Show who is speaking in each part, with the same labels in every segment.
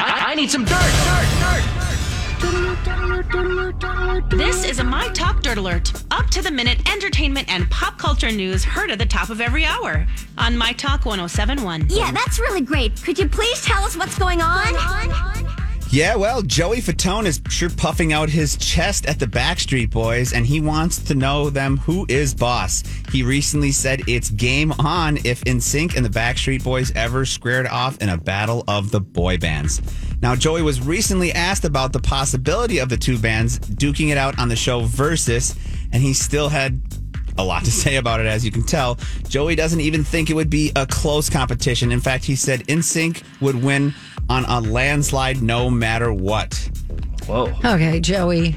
Speaker 1: I, I need some dirt, dirt, dirt.
Speaker 2: This is a My Talk Dirt Alert. Up to the minute entertainment and pop culture news heard at the top of every hour on My Talk 1071.
Speaker 3: Yeah, that's really great. Could you please tell us what's going on?
Speaker 4: Yeah, well, Joey Fatone is sure puffing out his chest at the Backstreet Boys, and he wants to know them who is boss. He recently said it's game on if NSYNC and the Backstreet Boys ever squared off in a battle of the boy bands. Now, Joey was recently asked about the possibility of the two bands duking it out on the show Versus, and he still had a lot to say about it, as you can tell. Joey doesn't even think it would be a close competition. In fact, he said NSYNC would win on a landslide no matter what.
Speaker 1: Whoa.
Speaker 5: Okay, Joey,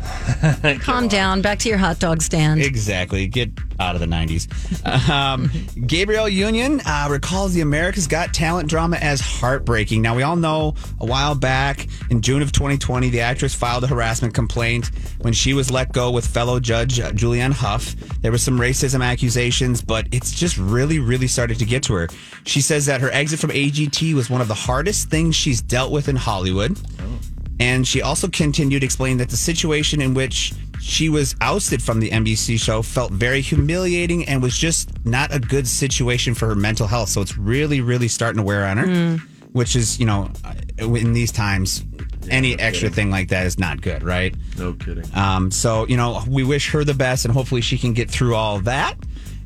Speaker 5: calm down. Back to your hot dog stand.
Speaker 4: Exactly. Get out of the 90s. Um, Gabriel Union uh, recalls the America's Got Talent drama as heartbreaking. Now, we all know a while back in June of 2020, the actress filed a harassment complaint when she was let go with fellow judge uh, Julianne Hough. There was some racism accusations, but it's just really, really started to get to her. She says that her exit from AGT was one of the hardest things she's dealt with in Hollywood. And she also continued explaining that the situation in which she was ousted from the NBC show felt very humiliating and was just not a good situation for her mental health. So it's really, really starting to wear on her, which is, you know, in these times, any extra thing like that is not good, right?
Speaker 1: No kidding.
Speaker 4: Um, so, you know, we wish her the best and hopefully she can get through all that.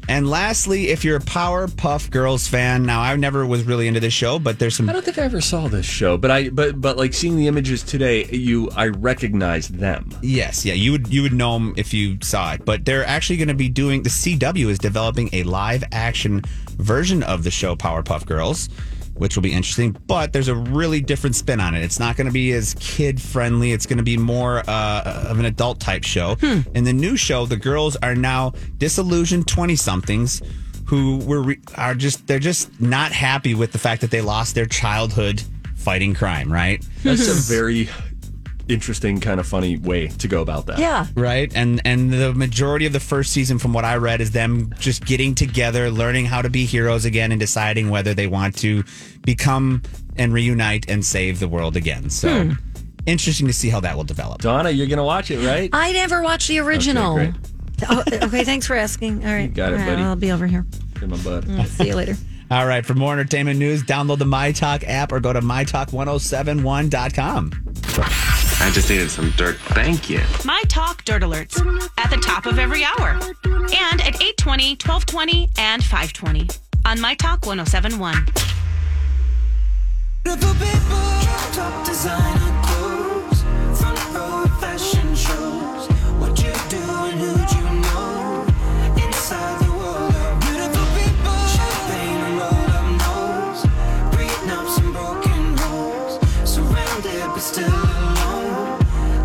Speaker 4: And lastly, if you're a Powerpuff Girls fan, now I never was really into this show, but there's some
Speaker 1: I don't think I ever saw this show, but I but but like seeing the images today, you I recognized them.
Speaker 4: Yes, yeah, you would you would know them if you saw it. But they're actually going to be doing the CW is developing a live action version of the show Powerpuff Girls, which will be interesting. But there's a really different spin on it. It's not going to be as kid friendly. It's going to be more uh, of an adult type show. In the new show, the girls are now disillusioned twenty somethings who were re- are just they're just not happy with the fact that they lost their childhood fighting crime. Right.
Speaker 1: That's a very interesting kind of funny way to go about that.
Speaker 5: Yeah.
Speaker 4: right and and the majority of the first season from what i read is them just getting together learning how to be heroes again and deciding whether they want to become and reunite and save the world again so interesting to see how that will develop
Speaker 1: Donna, you're gonna watch it, right?
Speaker 5: I never watched the original.
Speaker 1: great.
Speaker 5: Okay, okay thanks for asking. All right.
Speaker 1: got it,
Speaker 5: All right,
Speaker 1: buddy.
Speaker 5: I'll be over here.
Speaker 1: Come on, bud.
Speaker 5: See you later.
Speaker 4: all right for more entertainment news download the mytalk app or go to mytalk1071.com
Speaker 6: I just needed some dirt. Thank you.
Speaker 2: My Talk Dirt Alerts at the top of every hour and at 820, 1220, and 520 on My Talk 1071.
Speaker 7: Beautiful people, top designer clothes, front row fashion shows. What you do and who you know inside the world of beautiful people. Champagne and roll up nose, prenups and broken homes, surrounded but still alone.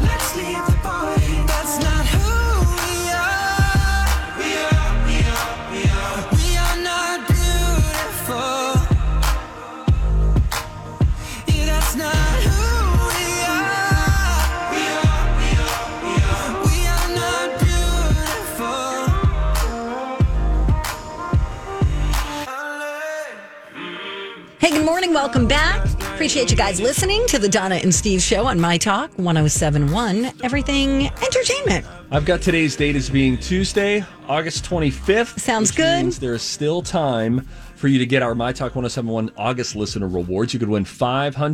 Speaker 7: Let's leave the party. That's not who we are. We are, we are, we are. We are not beautiful. Yeah, that's not who we are. We are, we are, we are. We are not beautiful.
Speaker 5: Hey, good morning. Welcome back. Appreciate you guys listening to the Donna and Steve show on My Talk 1071, Everything Entertainment.
Speaker 1: I've got today's date as being Tuesday, August 25th.
Speaker 5: Sounds
Speaker 1: which
Speaker 5: good.
Speaker 1: Means there is still time for you to get our My Talk 1071 August Listener Rewards. You could win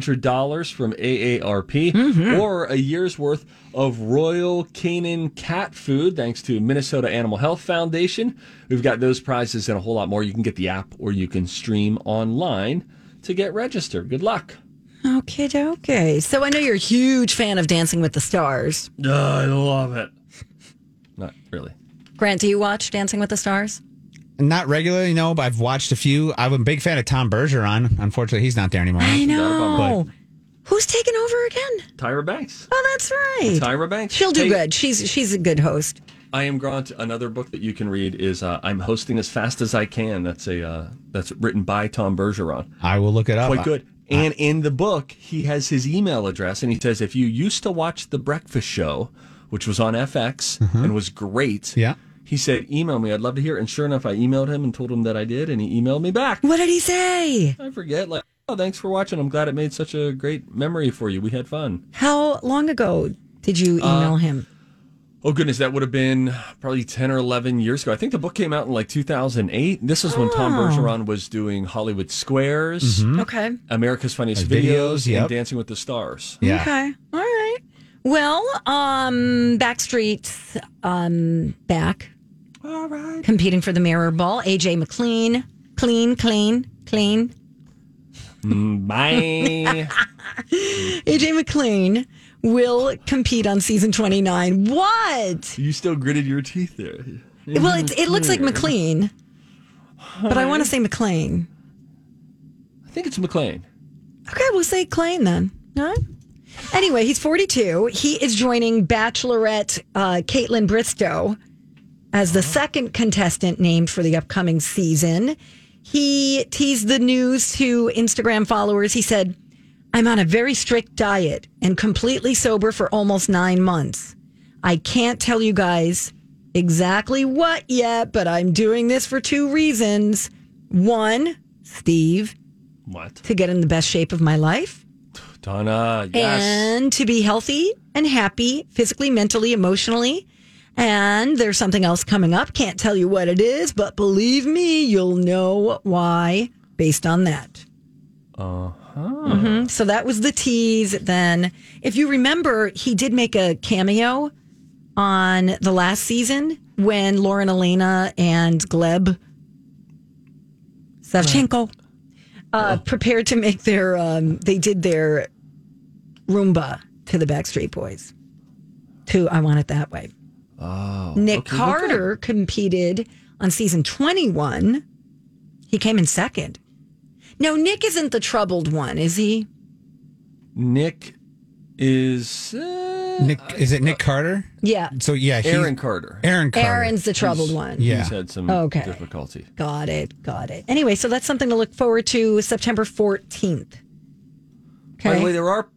Speaker 1: $500 from AARP
Speaker 5: Mm-hmm.
Speaker 1: or a year's worth of Royal Canin cat food, thanks to Minnesota Animal Health Foundation. We've got those prizes and a whole lot more. You can get the app or you can stream online to get registered. Good luck.
Speaker 5: Okay, okay. So I know you're a huge fan of Dancing with the Stars.
Speaker 1: Ah, I love it. Not really.
Speaker 5: Grant, do you watch Dancing with the Stars?
Speaker 4: Not regularly, no, but I've watched a few. I'm a big fan of Tom Bergeron. Unfortunately, he's not there anymore.
Speaker 5: I
Speaker 1: know.
Speaker 5: know. Who's taking over again?
Speaker 1: Tyra Banks.
Speaker 5: Oh, that's right.
Speaker 1: Tyra Banks.
Speaker 5: She'll do
Speaker 1: Hey,
Speaker 5: good. She's she's a good host.
Speaker 1: I am Grant. Another book that you can read is uh, "I'm Hosting as Fast as I Can." That's a uh, that's written by Tom Bergeron.
Speaker 4: I will look it up.
Speaker 1: Quite good. And in the book, he has his email address, and he says, "If you used to watch The Breakfast Show, which was on FX and was great,
Speaker 4: Yeah.
Speaker 1: he said, email me. I'd love to hear." It. And sure enough, I emailed him and told him that I did, and he emailed me back.
Speaker 5: What did he say?
Speaker 1: I forget. Like, oh, thanks for watching. I'm glad it made such a great memory for you. We had fun.
Speaker 5: How long ago did you email him?
Speaker 1: Oh goodness, that would have been probably ten or eleven years ago. I think the book came out in like 2008. This is when Tom
Speaker 5: Ah.
Speaker 1: Bergeron was doing Hollywood Squares,
Speaker 5: Okay.
Speaker 1: America's
Speaker 5: Uh,
Speaker 1: Funniest
Speaker 4: Like
Speaker 1: Videos,
Speaker 4: videos, yep.
Speaker 1: and Dancing with the Stars.
Speaker 4: Yeah.
Speaker 5: Okay. All right. Well, um, Backstreet's um back. All right. Competing for the mirror ball. AJ McLean. Clean, clean, clean.
Speaker 1: Bye.
Speaker 5: AJ McLean will compete on season 29. What?
Speaker 1: you still gritted your teeth there.
Speaker 5: Well, it, it looks like
Speaker 1: Mm-hmm.
Speaker 5: McLean, but I want to say McLean.
Speaker 1: I think it's McLean.
Speaker 5: Okay, we'll say Klein then. All right. Anyway, he's 42. He is joining Bachelorette uh, Caitlin Bristow as the second contestant named for the upcoming season. He teased the news to Instagram followers. He said, I'm on a very strict diet and completely sober for almost nine months. I can't tell you guys exactly what yet, but I'm doing this for two reasons. One, Steve,
Speaker 1: What?
Speaker 5: to get in the best shape of my life
Speaker 1: Donna. Yes.
Speaker 5: and to be healthy and happy physically, mentally, emotionally. And there's something else coming up. Can't tell you what it is, but believe me, you'll know why based on that. Uh huh. So that was the tease. Then, if you remember, he did make a cameo on the last season when Lauren Elena and Gleb Savchenko uh, prepared to make their, um, they did their Roomba to the Backstreet Boys. To I Want It That Way. Oh, Nick Carter competed on season 21. He came in second. No, Nick isn't the troubled one, is he?
Speaker 1: Nick is uh,
Speaker 4: Nick, is it Nick Carter?
Speaker 5: Yeah.
Speaker 4: So yeah, he-
Speaker 1: Aaron Carter.
Speaker 4: Aaron Carter.
Speaker 5: Aaron's the troubled one.
Speaker 4: Yeah.
Speaker 1: He's had some
Speaker 5: Oh, Okay.
Speaker 1: difficulty.
Speaker 5: Got it. Got it. Anyway, so that's something to look forward to September 14th. Okay.
Speaker 1: By the way, there are.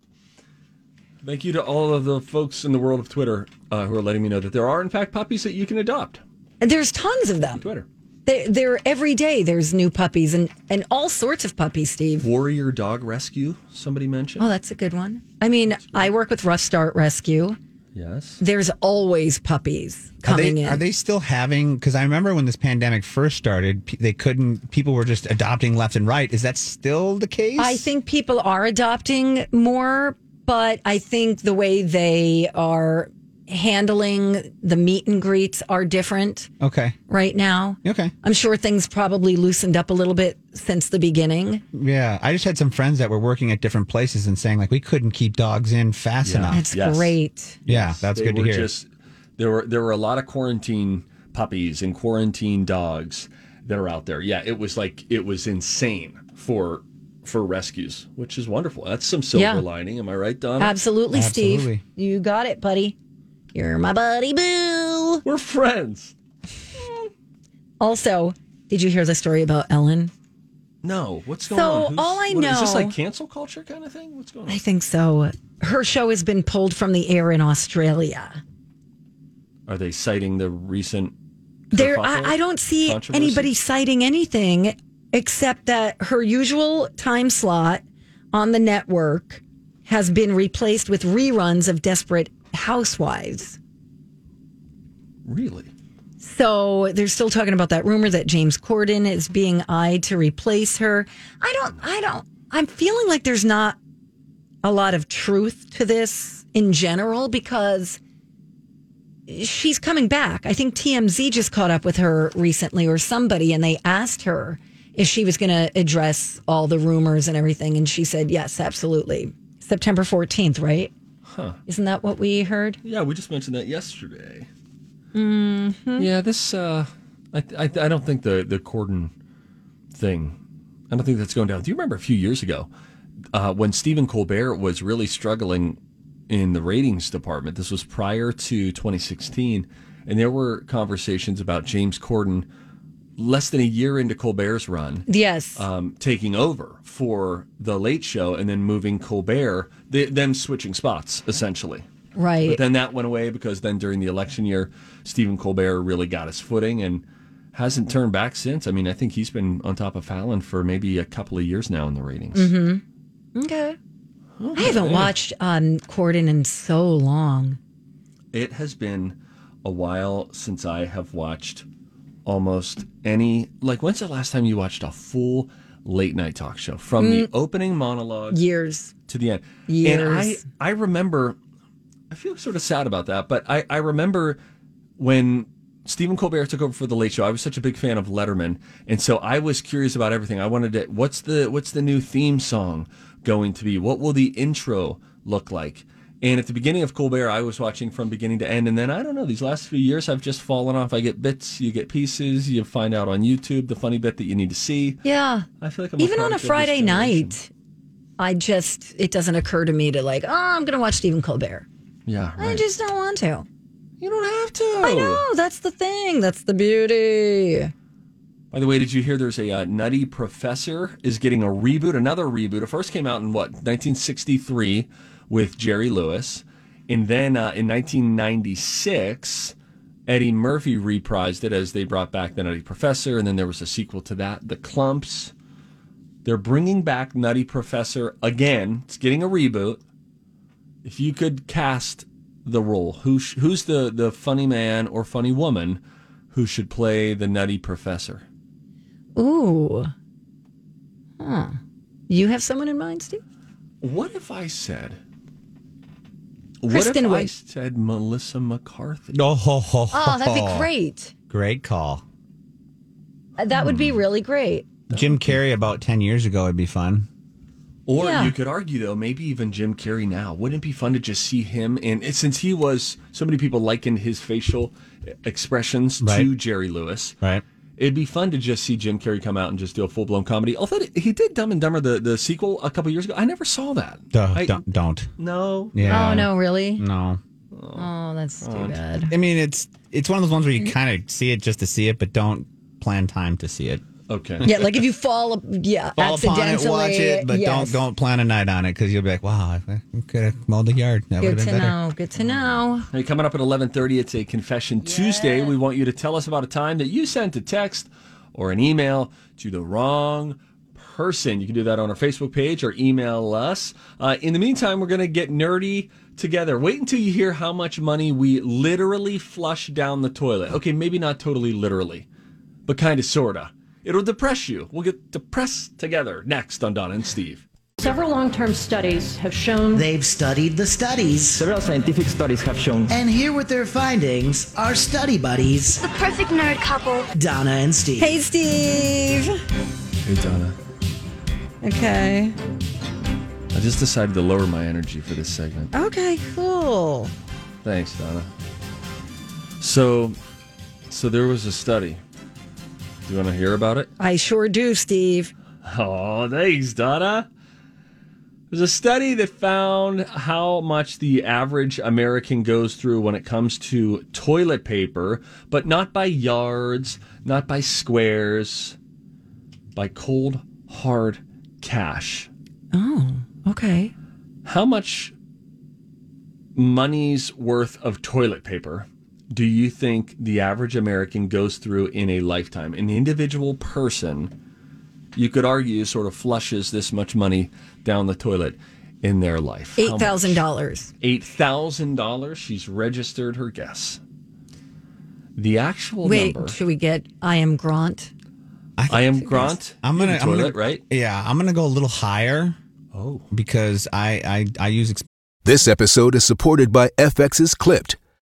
Speaker 1: Thank you to all of the folks in the world of Twitter uh, who are letting me know that there are, in fact, puppies that you can adopt.
Speaker 5: And There's tons of them.
Speaker 1: Twitter.
Speaker 5: They, they're every day. There's new puppies and, and all sorts of puppies, Steve.
Speaker 1: Warrior Dog Rescue, somebody mentioned.
Speaker 5: Oh, that's a good one. I mean, I work with Rough Start Rescue.
Speaker 1: yes.
Speaker 5: There's always puppies
Speaker 4: Are
Speaker 5: coming
Speaker 4: they,
Speaker 5: in.
Speaker 4: are they still having? Because I remember when this pandemic first started, pe- they couldn't. People were just adopting left and right. Is that still the case?
Speaker 5: I think people are adopting more, but I think the way they are handling the meet and greets are different
Speaker 4: Okay.
Speaker 5: right now.
Speaker 4: Okay.
Speaker 5: I'm sure things probably loosened up a little bit since the beginning.
Speaker 4: Yeah. I just had some friends that were working at different places and saying like we couldn't keep dogs in fast enough.
Speaker 5: That's
Speaker 1: Yes.
Speaker 5: great.
Speaker 4: Yeah, that's
Speaker 1: They
Speaker 4: good to
Speaker 1: were
Speaker 4: hear.
Speaker 1: Just, there were there were a lot of quarantine puppies and quarantine dogs that are out there. Yeah, it was like it was insane for for rescues, which is wonderful. That's some silver
Speaker 5: Yeah.
Speaker 1: lining, am I right, Don?
Speaker 5: Absolutely, Steve.
Speaker 4: Absolutely.
Speaker 5: You got it, buddy. You're my buddy, boo.
Speaker 1: We're friends.
Speaker 5: Also, did you hear the story about Ellen?
Speaker 1: No, what's going
Speaker 5: So,
Speaker 1: on?
Speaker 5: all I
Speaker 1: what- is this
Speaker 5: know-
Speaker 1: like cancel culture kind of thing? What's going on?
Speaker 5: I think so. Her show has been pulled from the air in Australia.
Speaker 1: Are they citing the recent?
Speaker 5: There,
Speaker 1: kerfuffle?
Speaker 5: I, I don't see
Speaker 1: Controversy?
Speaker 5: anybody citing anything except that her usual time slot on the network has been replaced with reruns of Desperate Housewives.
Speaker 1: Really?
Speaker 5: So they're still talking about that rumor that James Corden is being eyed to replace her. I don't, I don't, I'm feeling like there's not a lot of truth to this in general because she's coming back. I think TMZ just caught up with her recently or somebody and they asked her if she was going to address all the rumors and everything. And she said, yes, absolutely. September 14th, right? Isn't that what we heard?
Speaker 1: Yeah, we just mentioned that yesterday. Yeah, this. Uh, I, I I don't think the the Corden thing. I don't think that's going down. Do you remember a few years ago uh, when Stephen Colbert was really struggling in the ratings department? This was prior to 2016, and there were conversations about James Corden less than a year into Colbert's run
Speaker 5: Yes.
Speaker 1: um, taking over for the Late Show and then moving Colbert, they, them switching spots essentially.
Speaker 5: right.
Speaker 1: But then that went away because then during the election year, Stephen Colbert really got his footing and hasn't turned back since. I mean, I think he's been on top of Fallon for maybe a couple of years now in the ratings.
Speaker 5: okay. Mm-hmm. I haven't watched um, Corden in so long.
Speaker 1: It has been a while since I have watched almost any. Like, when's the last time you watched a full late night talk show from
Speaker 5: Mm.
Speaker 1: the opening monologue
Speaker 5: Years.
Speaker 1: to the end. And I,
Speaker 5: Years.
Speaker 1: I remember, I feel sort of sad about that, but I, I remember when Stephen Colbert took over for the Late Show. I was such a big fan of Letterman, and so I was curious about everything. I wanted to, what's the what's the new theme song going to be? What will the intro look like? And at the beginning of Colbert, I was watching from beginning to end, and then I don't know. These last few years, I've just fallen off. I get bits, you get pieces, you find out on YouTube the funny bit that you need to see.
Speaker 5: Yeah.
Speaker 1: I feel like I'm
Speaker 5: Even
Speaker 1: product
Speaker 5: on a
Speaker 1: of this
Speaker 5: Friday
Speaker 1: generation.
Speaker 5: night, I just, it doesn't occur to me to like, oh, I'm going to watch Stephen Colbert.
Speaker 1: Yeah,
Speaker 5: I
Speaker 1: right. Oh.
Speaker 5: just don't want to.
Speaker 1: you don't have to.
Speaker 5: I know. That's the thing. That's the beauty.
Speaker 1: By the way, did you hear there's a uh, Nutty Professor is getting a reboot, another reboot. It first came out in what, 1963 with Jerry Lewis. And then uh, in 1996, Eddie Murphy reprised it as they brought back The Nutty Professor. And then there was a sequel to that, The Clumps. They're bringing back Nutty Professor again. It's getting a reboot. If you could cast the role, who sh- who's the, the funny man or funny woman who should play the Nutty Professor?
Speaker 5: Ooh. Huh. You have someone in mind, Steve?
Speaker 1: What if I said?
Speaker 5: Kristen
Speaker 1: what if I
Speaker 5: Wiig.
Speaker 1: said Melissa McCarthy?
Speaker 4: No, ho, ho,
Speaker 5: Oh, that'd be
Speaker 4: ho.
Speaker 5: great.
Speaker 4: Great call.
Speaker 5: Uh, That would be really great.
Speaker 4: Jim Carrey about 10 years ago would be fun.
Speaker 1: Or
Speaker 5: Yeah.
Speaker 1: you could argue though, maybe even Jim Carrey now. Wouldn't it be fun to just see him? And it- since he was, so many people likened his facial expressions to
Speaker 4: Right.
Speaker 1: Jerry Lewis.
Speaker 4: Right.
Speaker 1: It'd be fun to just see Jim Carrey come out and just do a full blown comedy. Although he did Dumb and Dumber the, the sequel a couple years ago, I never saw that.
Speaker 4: Duh,
Speaker 1: I-
Speaker 4: don't, don't.
Speaker 1: No,
Speaker 4: Yeah.
Speaker 5: Oh, no, really?
Speaker 4: No.
Speaker 5: Oh, that's too bad.
Speaker 4: I mean, it's it's one of those ones where you kind of see it just to see it, but don't plan time to see it.
Speaker 1: okay.
Speaker 5: Yeah, like if you fall, yeah,
Speaker 4: Fall upon
Speaker 5: accidentally.
Speaker 4: it, watch it, but don't
Speaker 5: yes.
Speaker 4: don't plan a night on it because you'll be like, wow, I could have mowed the yard. That would have
Speaker 5: Good to
Speaker 4: been better.
Speaker 5: know. Good to know.
Speaker 1: Hey, coming up at 11:30, it's a confession Tuesday. We want you to tell us about a time that you sent a text or an email to the wrong person. You can do that on our Facebook page or email us. Uh, in the meantime, we're going to get nerdy together. Wait until you hear how much money we literally flush down the toilet. Okay, maybe not totally literally, but kind of sorta. It'll depress you. We'll get depressed together next on Donna and Steve.
Speaker 7: Several long term studies have shown
Speaker 8: They've studied the studies,
Speaker 7: several scientific studies have shown
Speaker 8: and here with their findings are study buddies,
Speaker 3: The perfect nerd couple.
Speaker 8: Donna and Steve.
Speaker 5: Hey, Steve.
Speaker 1: Hey Donna,
Speaker 5: Okay.
Speaker 1: I just decided to lower my energy for this segment.
Speaker 5: Okay, cool.
Speaker 1: Thanks, Donna. So, so there was a study. Do you want to hear about it?
Speaker 5: I sure do, Steve.
Speaker 1: Oh, thanks, Donna. There's a study that found how much the average American goes through when it comes to toilet paper, but not by yards, not by squares, by cold, hard cash.
Speaker 5: Oh, okay.
Speaker 1: How much money's worth of toilet paper do you think the average American goes through in a lifetime? An individual person, you could argue, sort of flushes this much money down the toilet in their life. How
Speaker 5: Eight
Speaker 1: much?
Speaker 5: thousand dollars.
Speaker 1: $8,000. She's registered her guess. The actual
Speaker 5: Wait,
Speaker 1: number.
Speaker 5: should we get I am Grant?
Speaker 1: I am Grant.
Speaker 4: I'm gonna,
Speaker 1: in the
Speaker 4: I'm
Speaker 1: toilet,
Speaker 4: gonna
Speaker 1: right?
Speaker 4: Yeah, I'm gonna go a little higher.
Speaker 1: Oh,
Speaker 4: because I I, I use ex-
Speaker 9: This episode is supported by FX's Clipped,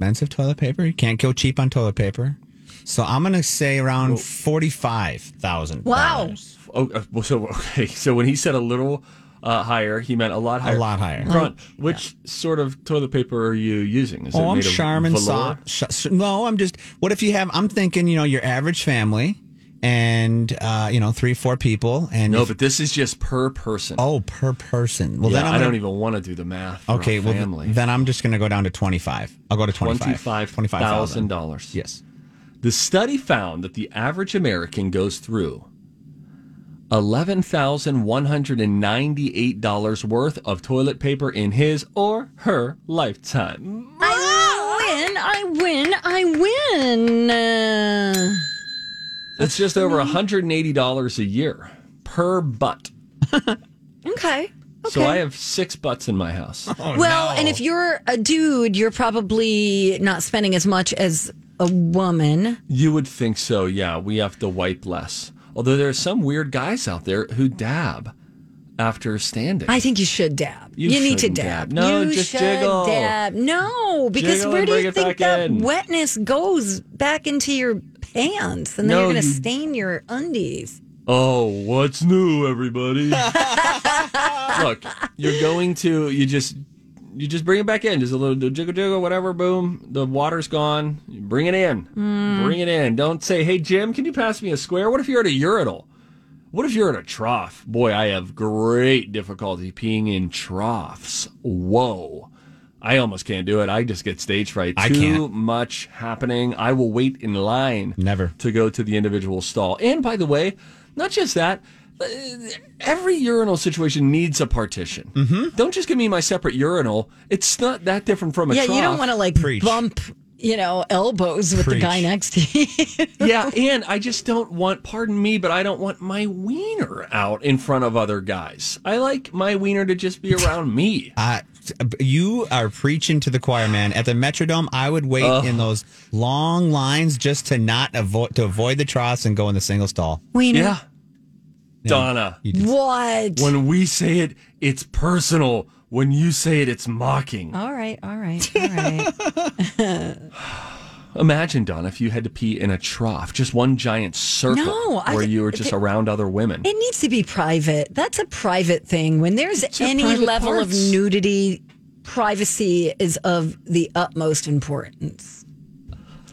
Speaker 4: expensive toilet paper. You can't go cheap on toilet paper. So I'm gonna say around forty five thousand.
Speaker 5: Wow.
Speaker 1: Oh, uh, well, so okay. So when he said a little uh, higher, he meant a lot higher.
Speaker 4: lot higher.
Speaker 1: Grunt, which sort of toilet paper are you using? Is it
Speaker 4: Oh, I'm
Speaker 1: made of
Speaker 4: Charmin
Speaker 1: velour?
Speaker 4: soft. sh- no, I'm just. What if you have? I'm thinking, you know, your average family, and uh, you know, three, four people, and
Speaker 1: No,
Speaker 4: if-
Speaker 1: but this is just per person.
Speaker 4: oh, per person. Well,
Speaker 1: Yeah,
Speaker 4: then I'm
Speaker 1: I
Speaker 4: gonna,
Speaker 1: don't even want to do the math. for
Speaker 4: Okay,
Speaker 1: our
Speaker 4: well, th-
Speaker 1: family.
Speaker 4: then I'm just gonna go down to twenty five. I'll go to twenty five.
Speaker 1: $25,000.
Speaker 4: Yes.
Speaker 1: The study found that the average American goes through $11,198 worth of toilet paper in his or her lifetime.
Speaker 5: I win, I win, I win. Uh,
Speaker 1: That's just over $180 a year per butt.
Speaker 5: okay.
Speaker 1: So I Oh, have six butts in my house.
Speaker 5: well, and if you're a dude, you're probably not spending as much as a woman.
Speaker 1: You would think so, yeah. We have to wipe less. Although there are some weird guys out there who dab after standing.
Speaker 5: I think you should dab.
Speaker 1: You
Speaker 5: You, need to
Speaker 1: shouldn't
Speaker 5: dab.
Speaker 1: dab. No,
Speaker 5: you
Speaker 1: just
Speaker 5: should
Speaker 1: jiggle.
Speaker 5: dab. No, because
Speaker 1: Jiggle
Speaker 5: where
Speaker 1: and
Speaker 5: do
Speaker 1: bring
Speaker 5: you
Speaker 1: it
Speaker 5: think
Speaker 1: back
Speaker 5: that
Speaker 1: in.
Speaker 5: wetness goes back into your pants, and then
Speaker 1: No,
Speaker 5: you're going to
Speaker 1: you-
Speaker 5: stain your undies?
Speaker 1: Oh, what's new, everybody? Look, you're going to you just you just bring it back in, just a little jiggle jiggle, whatever. Boom, the water's gone. Bring it in, bring it in. Don't say, "Hey Jim, can you pass me a square?" What if you're at a urinal? What if you're at a trough? Boy, I have great difficulty peeing in troughs. Whoa. I almost can't do it. I just get stage fright.
Speaker 4: I
Speaker 1: Too
Speaker 4: can't.
Speaker 1: much happening. I will wait in line
Speaker 4: Never.
Speaker 1: to go to the individual stall. And by the way, not just that, uh, every urinal situation needs a partition. Mm-hmm. Don't just give me my separate urinal. It's not that different from a
Speaker 5: yeah, you don't
Speaker 1: trough.
Speaker 5: want to like
Speaker 4: Preach.
Speaker 5: bump, you know, elbows with
Speaker 4: Preach.
Speaker 5: the guy next to you.
Speaker 1: yeah, and I just don't want, pardon me, but I don't want my wiener out in front of other guys. I like my wiener to just be around me.
Speaker 4: I- Uh, you are preaching to the choir, man. At the Metrodome, I would wait in those long lines just to not avoid to avoid the troughs and go in the single stall.
Speaker 5: Wiener.
Speaker 1: Yeah. Donna,
Speaker 5: What?
Speaker 1: when we say it, it's personal. When you say it, it's mocking.
Speaker 5: all right, all right, all right.
Speaker 1: Imagine, Donna, if you had to pee in a trough, just one giant circle
Speaker 5: No, I-
Speaker 1: where you were just around other women.
Speaker 5: it needs to be private. That's a private thing. When there's
Speaker 1: your
Speaker 5: any
Speaker 1: private
Speaker 5: level
Speaker 1: parts.
Speaker 5: of nudity, privacy is of the utmost importance.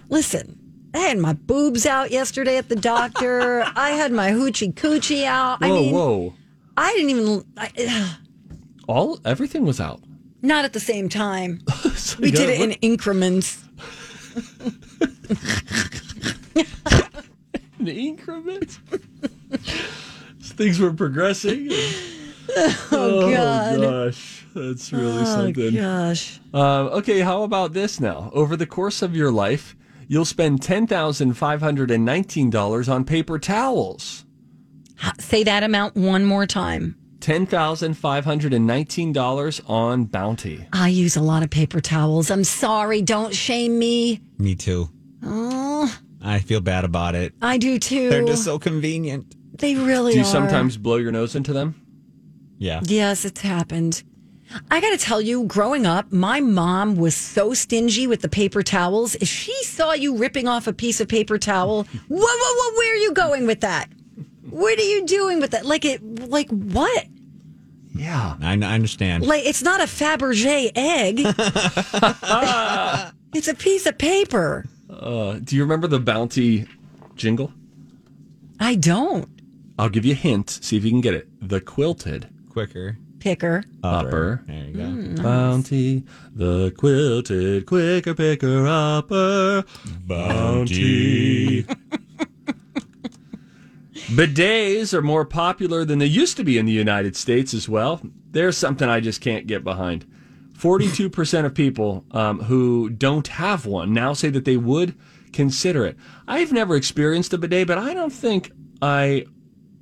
Speaker 5: Listen, I had my boobs out yesterday at the doctor. I had my hoochie coochie out.
Speaker 1: whoa,
Speaker 5: I mean,
Speaker 1: whoa.
Speaker 5: I didn't even. I,
Speaker 1: All everything was out.
Speaker 5: not at the same time.
Speaker 1: So
Speaker 5: We
Speaker 1: you
Speaker 5: did
Speaker 1: gotta
Speaker 5: it in increments.
Speaker 1: look in increments. Things were progressing.
Speaker 5: Oh, God. Oh,
Speaker 1: gosh, that's really something.
Speaker 5: Gosh.
Speaker 1: Uh, okay, how about this now? Over the course of your life, you'll spend ten thousand five hundred and nineteen dollars on paper towels.
Speaker 5: Say that amount one more time.
Speaker 1: Ten thousand five hundred and nineteen dollars on Bounty.
Speaker 5: I use a lot of paper towels. I'm sorry. Don't shame me.
Speaker 4: Me too.
Speaker 5: Oh,
Speaker 4: I feel bad about it.
Speaker 5: I do too.
Speaker 4: They're just so convenient.
Speaker 5: They really
Speaker 1: Do
Speaker 5: are.
Speaker 1: you sometimes blow your nose into them?
Speaker 4: Yeah.
Speaker 5: Yes, it's happened. I got to tell you, growing up, my mom was so stingy with the paper towels. If she saw you ripping off a piece of paper towel, whoa, whoa, whoa, where are you going with that? What are you doing with that? Like it? Like what?
Speaker 1: Yeah.
Speaker 4: I, I understand.
Speaker 5: Like it's not a Fabergé egg. it's a piece of paper.
Speaker 1: Uh, do you remember the bounty jingle?
Speaker 5: I don't.
Speaker 1: I'll give you a hint. See if you can get it. The quilted
Speaker 4: quicker
Speaker 5: Picker.
Speaker 1: Uh, upper.
Speaker 4: There you go.
Speaker 1: Bounty, the quilted quicker picker upper. Bounty. Bidets are more popular than they used to be in the United States as well. There's something I just can't get behind. 42% of people um, who don't have one now say that they would consider it. I've never experienced a bidet, but I don't think I,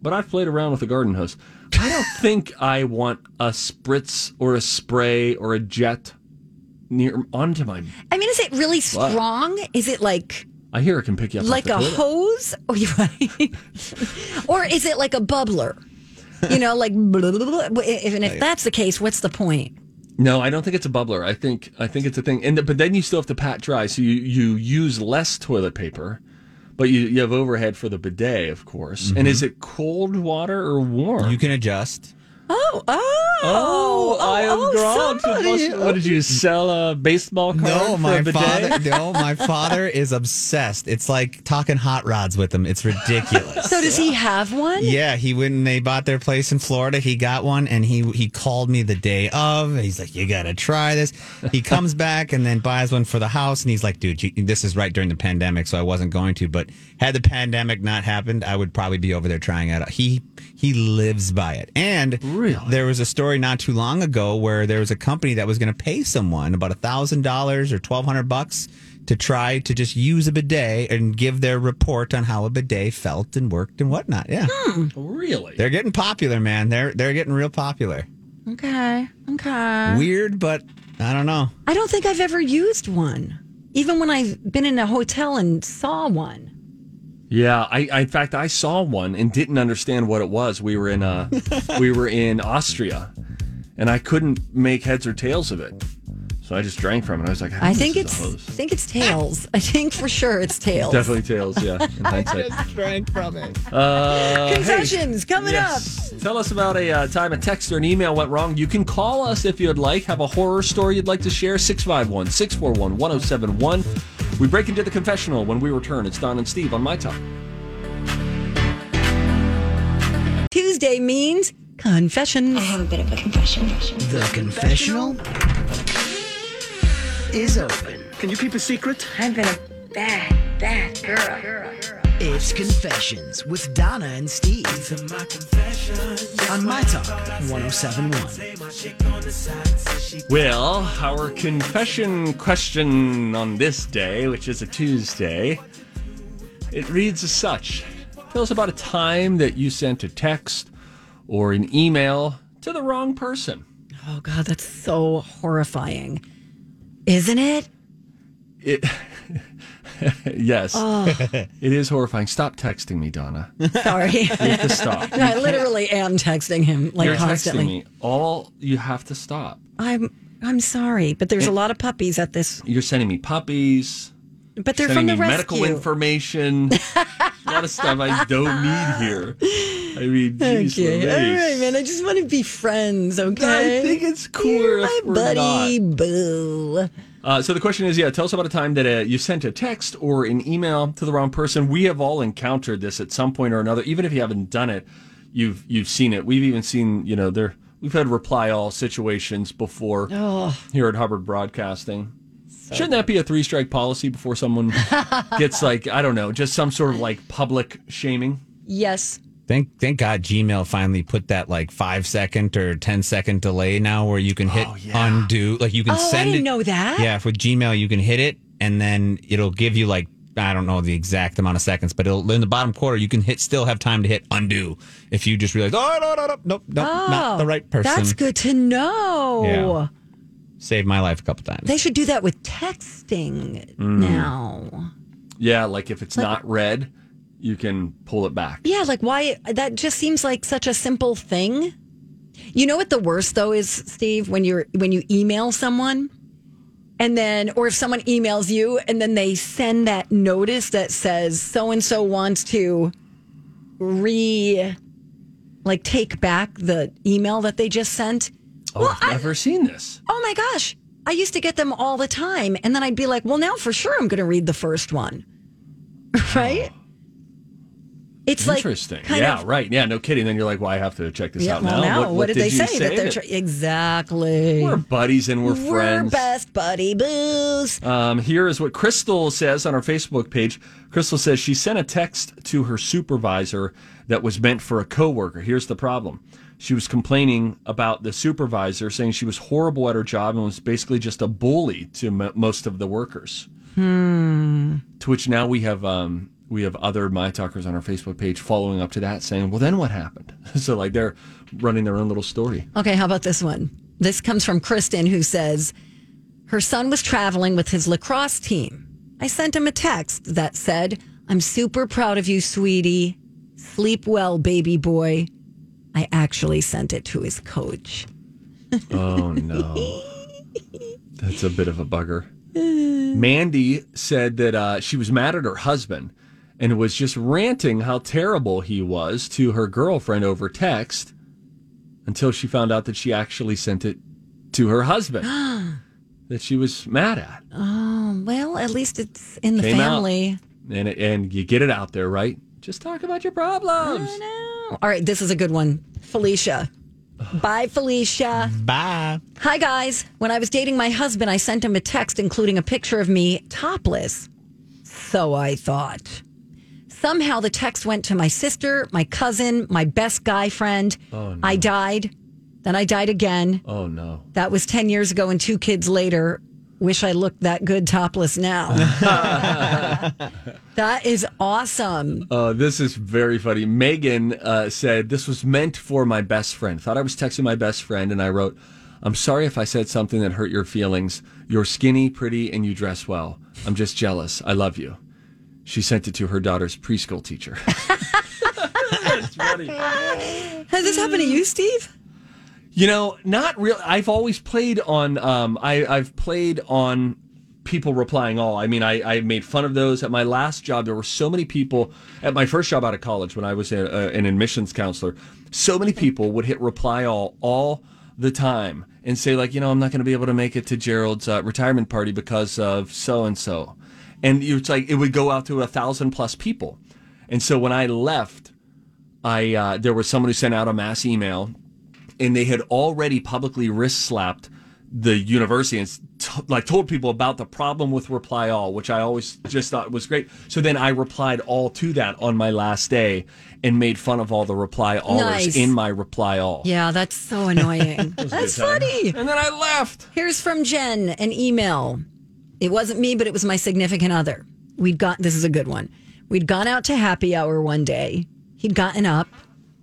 Speaker 1: but I've played around with a garden hose. I don't think I want a spritz or a spray or a jet near onto my.
Speaker 5: I mean, is it really
Speaker 1: What?
Speaker 5: strong? Is it like
Speaker 1: I hear it can pick you up. off
Speaker 5: like
Speaker 1: the
Speaker 5: a
Speaker 1: toilet.
Speaker 5: hose? Or, you- or is it like a bubbler? You know, like blah, blah, blah, blah. If- and if that's the case, what's the point?
Speaker 1: No, I don't think it's a bubbler. I think I think it's a thing. And the, but then you still have to pat dry, so you you use less toilet paper, but you you have overhead for the bidet, of course. And is it cold water or warm?
Speaker 4: You can adjust.
Speaker 5: Oh, oh,
Speaker 1: Oh, I am
Speaker 5: oh,
Speaker 1: Grant. What did you sell a baseball card
Speaker 4: No,
Speaker 1: for
Speaker 4: my
Speaker 1: a bidet?
Speaker 4: father. No, my father is obsessed. It's like talking hot rods with him. It's ridiculous.
Speaker 5: So does he have one?
Speaker 4: Yeah, he went and they bought their place in Florida. He got one and he he called me the day of. And he's like, "You gotta try this." He comes back and then buys one for the house. And he's like, "Dude, you, this is right during the pandemic, so I wasn't going to. But had the pandemic not happened, I would probably be over there trying it out." He he lives by it. And there was a story not too long ago where there was a company that was going to pay someone about a thousand dollars or twelve hundred bucks to try to just use a bidet and give their report on how a bidet felt and worked and whatnot. Yeah.
Speaker 1: Really?
Speaker 4: They're getting popular, man. They're they're getting real popular.
Speaker 5: Okay. Okay.
Speaker 4: Weird, but I don't know.
Speaker 5: I don't think I've ever used one, even when I've been in a hotel and saw one.
Speaker 1: Yeah, I, I in fact I saw one and didn't understand what it was. We were in uh we were in Austria and I couldn't make heads or tails of it. So I just drank from it. I was like,
Speaker 5: I think
Speaker 1: this is
Speaker 5: it's,
Speaker 1: a
Speaker 5: I
Speaker 1: hose.
Speaker 5: think it's tails. I think for sure it's tails.
Speaker 1: Definitely tails, yeah. In hindsight.
Speaker 4: drank from it.
Speaker 1: Uh, hey,
Speaker 5: Concussions coming
Speaker 1: yes. Tell us about a uh, time a text or an email went wrong. You can call us if you'd like. Have a horror story you'd like to share. 651 641 1071. We break into the confessional when we return. It's Don and Steve on My Talk.
Speaker 5: up. Tuesday means confessions. I have a bit of a confession.
Speaker 8: The confessional is open.
Speaker 10: Can you keep a secret?
Speaker 8: I've been a bad, bad girl. It's Confessions with Donna and Steve. On My Talk 1071.
Speaker 1: Well, our confession question on this day, which is a Tuesday, it reads as such Tell us about a time that you sent a text or an email to the wrong person.
Speaker 5: Oh God, that's so horrifying, isn't it?
Speaker 1: It, yes,
Speaker 5: Oh.
Speaker 1: it is horrifying. Stop texting me, Donna.
Speaker 5: Sorry,
Speaker 1: You have to stop. You
Speaker 5: I
Speaker 1: can't-
Speaker 5: literally am texting him like
Speaker 1: You're
Speaker 5: constantly.
Speaker 1: texting me. All you have to stop.
Speaker 5: I'm I'm sorry, but there's a lot of puppies at this.
Speaker 1: You're sending me puppies.
Speaker 5: But they're
Speaker 1: sending
Speaker 5: from the
Speaker 1: me
Speaker 5: rescue.
Speaker 1: medical information. a lot of stuff I don't need here. I mean, geez,
Speaker 5: Okay.
Speaker 1: Louise.
Speaker 5: All right, man. I just want to be friends, okay?
Speaker 1: I think it's cool
Speaker 5: You're
Speaker 1: if
Speaker 5: my
Speaker 1: we're
Speaker 5: buddy, boo.
Speaker 1: Uh, so the question is, yeah, tell us about a time that uh, you sent a text or an email to the wrong person. We have all encountered this at some point or another. Even if you haven't done it, you've you've seen it. We've even seen, you know, there we've had reply all situations before
Speaker 5: Oh.
Speaker 1: here at Hubbard Broadcasting. Shouldn't that be a three strike policy before someone gets like I don't know, just some sort of like public shaming?
Speaker 5: Yes.
Speaker 4: Thank thank God Gmail finally put that like five second or 10 second delay now where you can hit undo. Like you can
Speaker 5: Oh, I
Speaker 4: send
Speaker 5: didn't
Speaker 4: it.
Speaker 5: know that.
Speaker 4: Yeah, with Gmail you can hit it and then it'll give you like I don't know the exact amount of seconds, but it'll in the bottom quarter you can hit still have time to hit undo if you just realize oh no no no nope nope not the right person.
Speaker 5: Oh, That's good to know.
Speaker 4: Yeah. Saved my life a couple times.
Speaker 5: They should do that with texting
Speaker 1: Mm.
Speaker 5: now.
Speaker 1: Yeah, like if it's not read, you can pull it back.
Speaker 5: Yeah, like why? That just seems like such a simple thing. You know what the worst though is, Steve, when you're when you email someone, and then or if someone emails you and then they send that notice that says so and so wants to re like take back the email that they just sent.
Speaker 1: Oh, I've never seen this.
Speaker 5: Oh my gosh. I used to get them all the time. And then I'd be like, well, now for sure I'm going to read the first one. right? It's like
Speaker 1: Oh. Interesting.
Speaker 5: kind
Speaker 1: yeah,
Speaker 5: of-
Speaker 1: right. Yeah, no kidding. Then you're like, well, I have to check this
Speaker 5: yeah,
Speaker 1: out
Speaker 5: well,
Speaker 1: now.
Speaker 5: now, what, did, they
Speaker 1: you
Speaker 5: say? that they're
Speaker 1: that-
Speaker 5: tr- exactly.
Speaker 1: we're buddies and we're friends.
Speaker 5: best buddy booze.
Speaker 1: Um, here is what Crystal says on our Facebook page. Crystal says she sent a text to her supervisor that was meant for a coworker. Here's the problem. She was complaining about the supervisor saying she was horrible at her job and was basically just a bully to m- most of the workers.
Speaker 5: Hmm.
Speaker 1: To which now we have um, we have other my talkers on our Facebook page following up to that saying, "Well, then what happened?" so like they're running their own little story.
Speaker 5: Okay, how about this one? This comes from Kristen, who says her son was traveling with his lacrosse team. I sent him a text that said, I'm super proud of you, sweetie. Sleep well, baby boy. I actually sent it to his coach.
Speaker 1: Oh no. That's a bit of a bugger. Mandy said that uh, she was mad at her husband and was just ranting how terrible he was to her girlfriend over text until she found out that she actually sent it to her husband that she was mad at.
Speaker 5: Oh, well, at least it's in the
Speaker 1: Came out.
Speaker 5: family.
Speaker 1: And, and you get it out there, right? Just talk about your problems.
Speaker 5: Oh, All right, this is a good one. Felicia. Bye, Felicia.
Speaker 4: Bye.
Speaker 5: Hi, guys. When I was dating my husband, I sent him a text including a picture of me topless. So I thought. Somehow the text went to my sister, my cousin, my best guy friend.
Speaker 1: Oh, no.
Speaker 5: I died. Then I died again.
Speaker 1: Oh, no.
Speaker 5: That was 10 years ago and two kids later. Wish I looked that good topless now. that is awesome.
Speaker 1: Uh, this is very funny. Megan uh, said, This was meant for my best friend. Thought I was texting my best friend, and I wrote, I'm sorry if I said something that hurt your feelings. You're skinny, pretty, and you dress well. I'm just jealous. I love you. She sent it to her daughter's preschool teacher.
Speaker 5: Has this happened to you, Steve?
Speaker 1: You know, not real. I've always played on. Um, I I've played on people replying all. I mean, I I made fun of those at my last job. There were so many people at my first job out of college when I was a, a, an admissions counselor. So many people would hit reply all all the time and say like, you know, I'm not going to be able to make it to Gerald's uh, retirement party because of so and so, and it's like it would go out to a thousand plus people, and so when I left. I uh, there was someone who sent out a mass email, and they had already publicly wrist slapped the university and s- t- like told people about the problem with reply all, which I always just thought was great. So then I replied all to that on my last day and made fun of all the reply allers
Speaker 5: Nice.
Speaker 1: in my reply all.
Speaker 5: Yeah, that's so annoying.
Speaker 1: was a
Speaker 5: that's
Speaker 1: good time.
Speaker 5: funny.
Speaker 1: And then I left.
Speaker 5: Here's from Jen an email. It wasn't me, but it was my significant other. We'd got this is a good one. We'd gone out to happy hour one day. He'd gotten up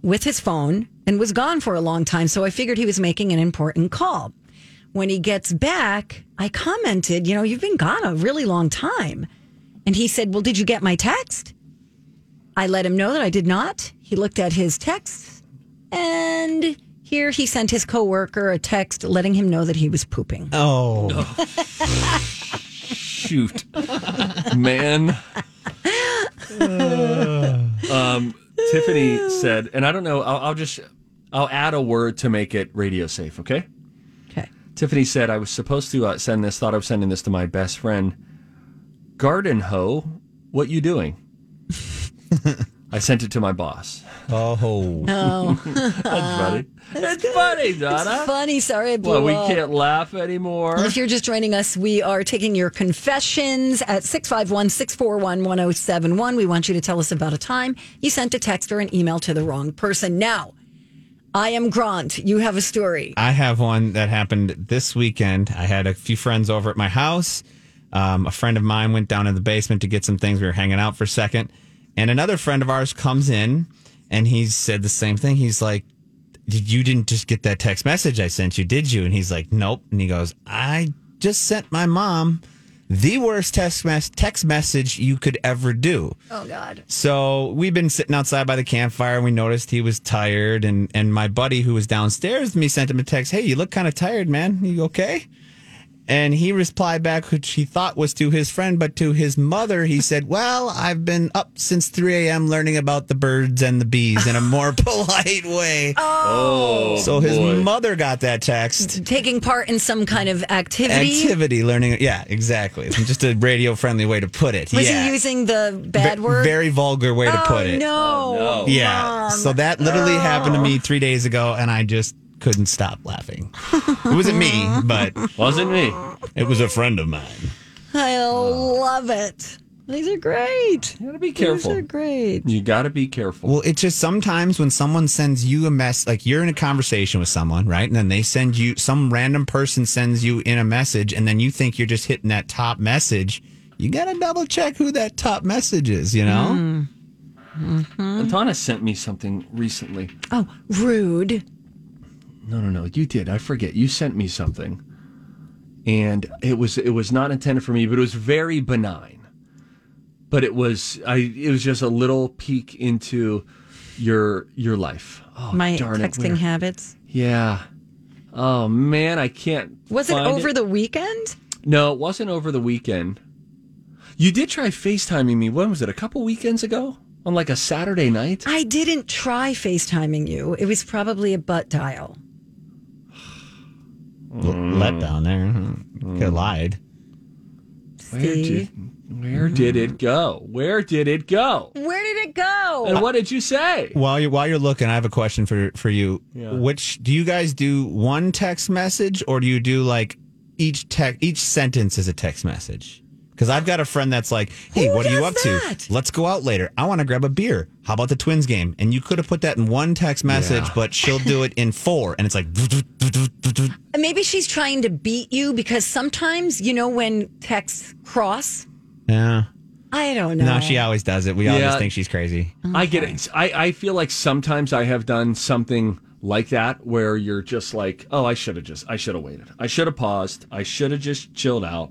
Speaker 5: with his phone and was gone for a long time, so I figured he was making an important call. When he gets back, I commented, "You know, you've been gone a really long time." And he said, "Well, did you get my text?" I let him know that I did not. He looked at his text and here he sent his coworker a text letting him know that he was pooping.
Speaker 4: Oh.
Speaker 1: Shoot, man. um, Tiffany said, and I don't know. I'll, I'll just I'll add a word to make it radio safe. Okay. Okay. Tiffany said I was supposed to uh, send this. Thought I was sending this to my best friend. Garden hoe, what you doing? I sent it to my boss.
Speaker 4: Oh.
Speaker 5: Oh.
Speaker 1: That's funny.
Speaker 5: That's
Speaker 1: funny,
Speaker 5: It's
Speaker 1: Donna.
Speaker 5: funny. Sorry, I blew
Speaker 1: Well, we
Speaker 5: up.
Speaker 1: can't laugh anymore.
Speaker 5: If you're just joining us, we are taking your confessions at 651 641 1071. We want you to tell us about a time you sent a text or an email to the wrong person. Now, I am Grant. You have a story.
Speaker 4: I have one that happened this weekend. I had a few friends over at my house. Um, a friend of mine went down in the basement to get some things. We were hanging out for a second. And another friend of ours comes in and he said the same thing. He's like, "Did- You didn't just get that text message I sent you, did you? And he's like, Nope. And he goes, I just sent my mom the worst text, mes- text message you could ever do.
Speaker 5: Oh, God.
Speaker 4: So we've been sitting outside by the campfire and we noticed he was tired and and my buddy who was downstairs with me sent him a text, Hey, you look kinda tired, man. You okay? And he replied back, which he thought was to his friend, but to his mother, he said, Well, I've been up since 3 a.m. learning about the birds and the bees in a more polite way.
Speaker 5: Oh.
Speaker 4: so his
Speaker 5: boy.
Speaker 4: mother got that text.
Speaker 5: Taking part in some kind of activity.
Speaker 4: Activity learning. Yeah, exactly. It's just a radio friendly way to put it.
Speaker 5: Was
Speaker 4: yeah.
Speaker 5: he using the bad
Speaker 4: Ve-
Speaker 5: word?
Speaker 4: Very vulgar way to
Speaker 5: Oh,
Speaker 4: put it.
Speaker 5: no. Oh, no.
Speaker 4: Yeah.
Speaker 5: Mom.
Speaker 4: So that literally happened to me three days ago, and I just couldn't stop laughing. it wasn't me, but
Speaker 1: wasn't me.
Speaker 4: It was a friend of mine.
Speaker 5: I love it. These are great. You
Speaker 1: gotta be careful.
Speaker 5: These are great.
Speaker 1: You got to be careful.
Speaker 4: Well, it's just sometimes when someone sends you a mess, like you're in a conversation with someone, right? And then they send you some random person sends you in a message, and then you think you're just hitting that top message. You gotta double check who that top message is. You know.
Speaker 5: Mm-hmm.
Speaker 1: Antana sent me something recently.
Speaker 5: Oh, rude.
Speaker 1: No, no, no. You did. I forget. You sent me something, and it was it was not intended for me, but it was very benign. But it was I. It was just a little peek into your your life. Oh,
Speaker 5: My
Speaker 1: darn it,
Speaker 5: texting
Speaker 1: where-
Speaker 5: habits.
Speaker 1: Yeah. Oh man, I can't.
Speaker 5: Was it
Speaker 1: find
Speaker 5: over the weekend?
Speaker 1: No, it wasn't over the weekend. You did try FaceTiming me. When was it? A couple weekends ago, on like a Saturday night.
Speaker 5: I didn't try FaceTiming you. It was probably a butt dial.
Speaker 4: Let down there. Could have lied.
Speaker 1: Where did where did it go? Where did it go?
Speaker 5: Where did it go?
Speaker 1: And what did you say?
Speaker 4: While you're while you're looking, I have a question for for you. Which do you guys do one text message or do you do like each text each sentence is a text message? Because I've got a friend that's like, "Hey, what are you up to? Let's go out later. I want to grab a beer. How about the Twins game?" And you could have put that in one text message, but she'll do it in four, and it's like,
Speaker 5: Uh, Maybe she's trying to beat you because sometimes, you know, when texts cross,
Speaker 4: yeah.
Speaker 5: I don't know.
Speaker 4: No, she always does it. We all
Speaker 1: Yeah.
Speaker 4: just think she's crazy.
Speaker 1: I get it. I, I feel like sometimes I have done something like that where you're just like, oh, I should have just, I should have waited. I should have paused. I should have just chilled out.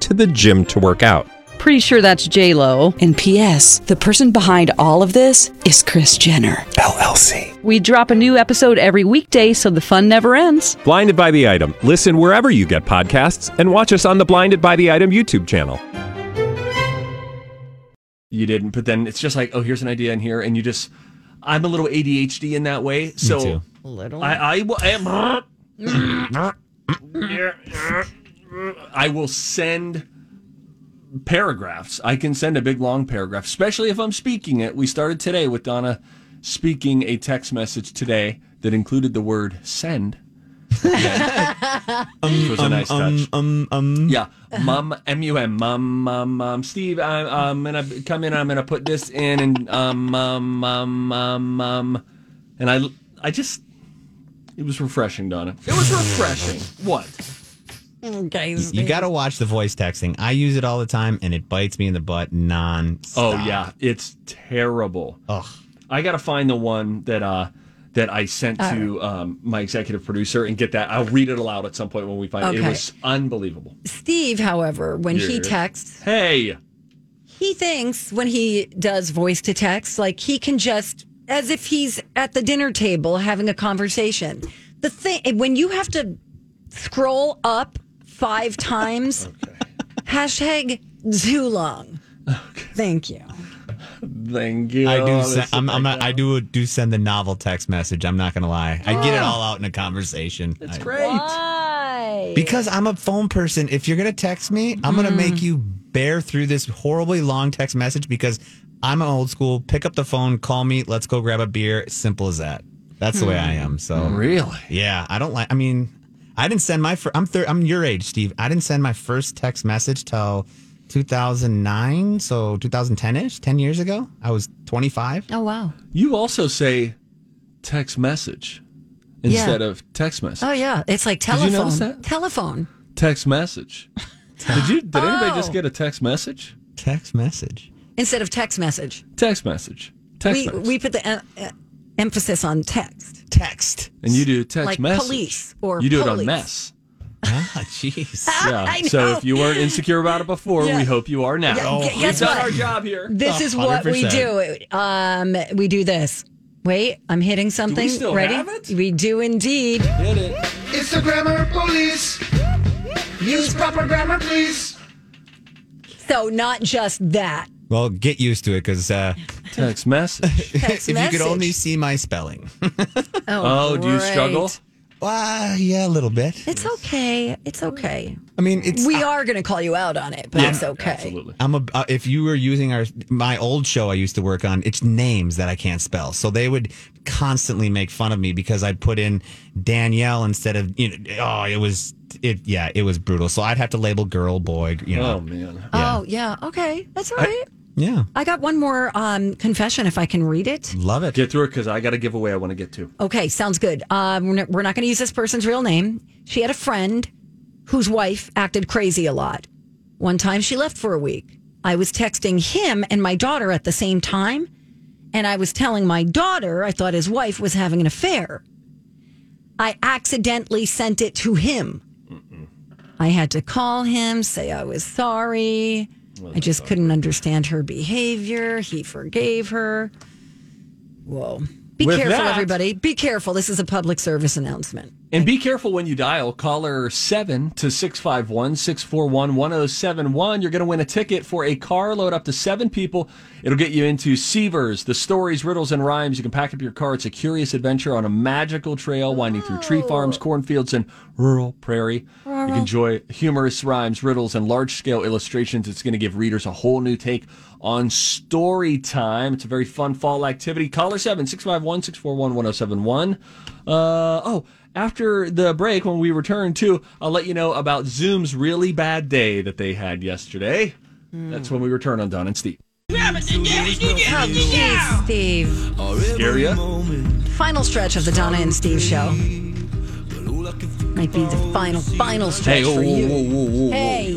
Speaker 11: to the gym to work out.
Speaker 12: Pretty sure that's J Lo. And P.S. The person behind all of this is Chris Jenner
Speaker 11: LLC.
Speaker 12: We drop a new episode every weekday, so the fun never ends.
Speaker 11: Blinded by the item. Listen wherever you get podcasts, and watch us on the Blinded by the Item YouTube channel.
Speaker 1: you didn't. But then it's just like, oh, here's an idea in here. And you just, I'm a little ADHD in that way. So
Speaker 4: too.
Speaker 1: A little. I, I, will- I am. I will send paragraphs. I can send a big long paragraph, especially if I'm speaking it. We started today with Donna speaking a text message today that included the word send. Which was a
Speaker 4: um,
Speaker 1: nice
Speaker 4: um,
Speaker 1: touch.
Speaker 4: Um, um.
Speaker 1: Yeah, mum, m u m, mum, mum, mum. Steve, I'm, I'm gonna come in. I'm gonna put this in, and um, um, um, um, um, and I, I just, it was refreshing, Donna. It was refreshing. What?
Speaker 5: Guys,
Speaker 4: You got to watch the voice texting. I use it all the time, and it bites me in the butt non.
Speaker 1: Oh yeah, it's terrible.
Speaker 4: Ugh.
Speaker 1: I gotta find the one that uh that I sent
Speaker 5: All
Speaker 1: to um, my executive producer and get that. I'll read it aloud at some point when we find it. It
Speaker 5: Okay.
Speaker 1: was unbelievable.
Speaker 5: Steve, however, when he
Speaker 1: Yeah.
Speaker 5: texts,
Speaker 1: Hey,
Speaker 5: he thinks when he does voice to text, like he can just, as if he's at the dinner table having a conversation. The thing, when you have to scroll up five times, hashtag Zulong. Thank you.
Speaker 1: thank you.
Speaker 4: I do.
Speaker 1: That's
Speaker 4: Send,
Speaker 1: the
Speaker 4: I'm, I'm,
Speaker 1: thing.
Speaker 4: I do do send the novel text message. I'm not gonna lie. I get it all out in a conversation. I-
Speaker 5: Why?
Speaker 4: Because I'm a phone person. If you're gonna text me, I'm gonna make you bear through this horribly long text message because I'm an old school. Pick up the phone, call me. Let's go grab a beer. Simple as that. That's the way I am. So
Speaker 1: Really?
Speaker 4: yeah. I don't like. I mean, I didn't send my. Fir- I'm thir- I'm your age, Steve. I didn't send my first text message till 2009, so 2010 ish, 10 years ago. I was 25.
Speaker 13: Oh wow.
Speaker 1: You also say text message
Speaker 5: Yeah.
Speaker 1: instead of text message.
Speaker 5: Oh yeah, it's like
Speaker 1: Did you notice
Speaker 5: telephone. Telephone.
Speaker 1: Text message. did you? Did anybody
Speaker 5: Oh.
Speaker 1: just get a text message?
Speaker 4: Text message.
Speaker 5: instead of text message.
Speaker 1: Text message. Text
Speaker 5: we
Speaker 1: message.
Speaker 5: we put the em- uh, emphasis on text.
Speaker 4: Text.
Speaker 1: and you do text
Speaker 5: like
Speaker 1: message.
Speaker 5: police or
Speaker 1: you do it on
Speaker 5: police.
Speaker 1: mess.
Speaker 4: Ah, jeez.
Speaker 1: yeah.
Speaker 5: I
Speaker 1: So
Speaker 5: know.
Speaker 1: if you weren't insecure about it before,
Speaker 5: Yeah.
Speaker 1: we hope you are now.
Speaker 5: Yeah, gu-
Speaker 1: Oh, We've
Speaker 5: guess
Speaker 1: done
Speaker 5: what?
Speaker 1: our job here.
Speaker 5: This
Speaker 1: Oh,
Speaker 5: is what we
Speaker 1: 100%.
Speaker 5: do. Um, we do this. Wait, I'm hitting something.
Speaker 7: still
Speaker 5: Ready?
Speaker 7: have
Speaker 5: We do indeed.
Speaker 7: It's the grammar police. Use proper grammar, please.
Speaker 5: So not just that.
Speaker 4: Well, get used to it because uh,
Speaker 1: text message.
Speaker 5: Text
Speaker 4: if you
Speaker 5: message.
Speaker 4: could only see my spelling.
Speaker 5: Oh, Oh, do you great. struggle?
Speaker 4: Well, yeah, a little bit.
Speaker 5: It's okay. It's okay.
Speaker 4: I mean, it's
Speaker 5: we are going to call you out on it, but
Speaker 4: Yeah,
Speaker 5: it's okay.
Speaker 4: I'm a, uh, if you were using our my old show I used to work on, it's names that I can't spell. So they would constantly make fun of me because I'd put in Danielle instead of you know. Oh, it was it. Yeah, it was brutal. So I'd have to label girl, boy. You know.
Speaker 1: Oh man.
Speaker 5: Oh yeah. Okay, that's all
Speaker 1: I-
Speaker 5: right.
Speaker 4: Yeah.
Speaker 5: I got one more um, confession if I can read it.
Speaker 4: Love it.
Speaker 1: Get through it because I got a giveaway I want to get to.
Speaker 5: Okay, sounds good. Um, we're not, we're not going to use this person's real name. She had a friend whose wife acted crazy a lot. One time she left for a week. I was texting him and my daughter at the same time, and I was telling my daughter I thought his wife was having an affair. I accidentally sent it to him. I had to call him, say I was sorry. I just couldn't understand her behavior. He forgave her. Whoa. Be
Speaker 1: With
Speaker 5: careful,
Speaker 1: that-
Speaker 5: everybody. Be careful. This is a public service announcement.
Speaker 1: And be careful when you dial caller 7 to 651 641 1071. You're going to win a ticket for a car load up to seven people. It'll get you into Seavers, the stories, riddles, and rhymes. You can pack up your car. It's a curious adventure on a magical trail winding through tree farms, cornfields, and rural prairie. You can enjoy humorous rhymes, riddles, and large scale illustrations. It's going to give readers a whole new take on story time. It's a very fun fall activity. Caller 7 651 641 1071. Oh, after the break, when we return to, I'll let you know about Zoom's really bad day that they had yesterday. That's when we return on Don and Steve.
Speaker 5: Oh, Steve.
Speaker 1: Scare ya?
Speaker 5: Final stretch of the Donna and Steve show. Might be the final, final stretch
Speaker 1: Hey, oh,
Speaker 5: for
Speaker 1: whoa,
Speaker 5: you.
Speaker 1: whoa, whoa, whoa, whoa.
Speaker 5: Hey.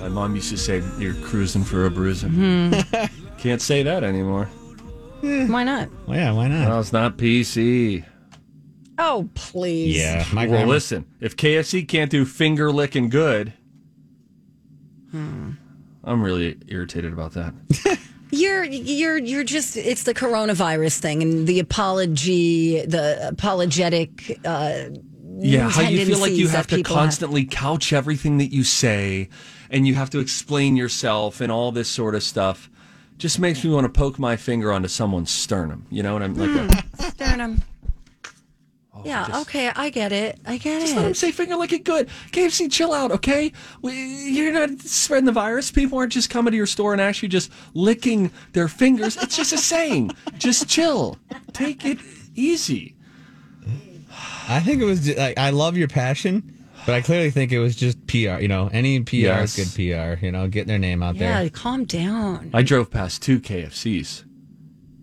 Speaker 1: My mom used to say, You're cruising for a bruising. Hmm. Can't say that anymore.
Speaker 5: Why not?
Speaker 4: Well, yeah, why not?
Speaker 1: Well, it's not PC.
Speaker 5: Oh, please.
Speaker 4: my
Speaker 1: Well,
Speaker 4: grandma-
Speaker 1: listen, if KFC can't do finger licking good,
Speaker 5: Hmm.
Speaker 1: I'm really irritated about that.
Speaker 5: You're you're you're just it's the coronavirus thing and the apology the apologetic uh
Speaker 1: Yeah, how you feel like you
Speaker 5: tendencies
Speaker 1: have
Speaker 5: that
Speaker 1: to
Speaker 5: people have.
Speaker 1: constantly couch everything that you say and you have to explain yourself and all this sort of stuff just makes me want to poke my finger onto someone's sternum. You know what I'm like? a-
Speaker 5: Hmm. sternum. yeah, okay, I get it. I get
Speaker 1: Oh, just
Speaker 5: it.
Speaker 1: let him say finger like it good. KFC, chill out, okay? We, you're not spreading the virus. People aren't just coming to your store and actually just licking their fingers. It's just a saying. Just chill. Take it easy.
Speaker 4: I think it was. ju- Like, I love your passion, but I clearly think it was just PR. You know, any PR
Speaker 1: Yes.
Speaker 4: is good PR. You know, getting their name out
Speaker 5: yeah,
Speaker 4: there.
Speaker 5: calm down.
Speaker 1: I drove past two KFCs,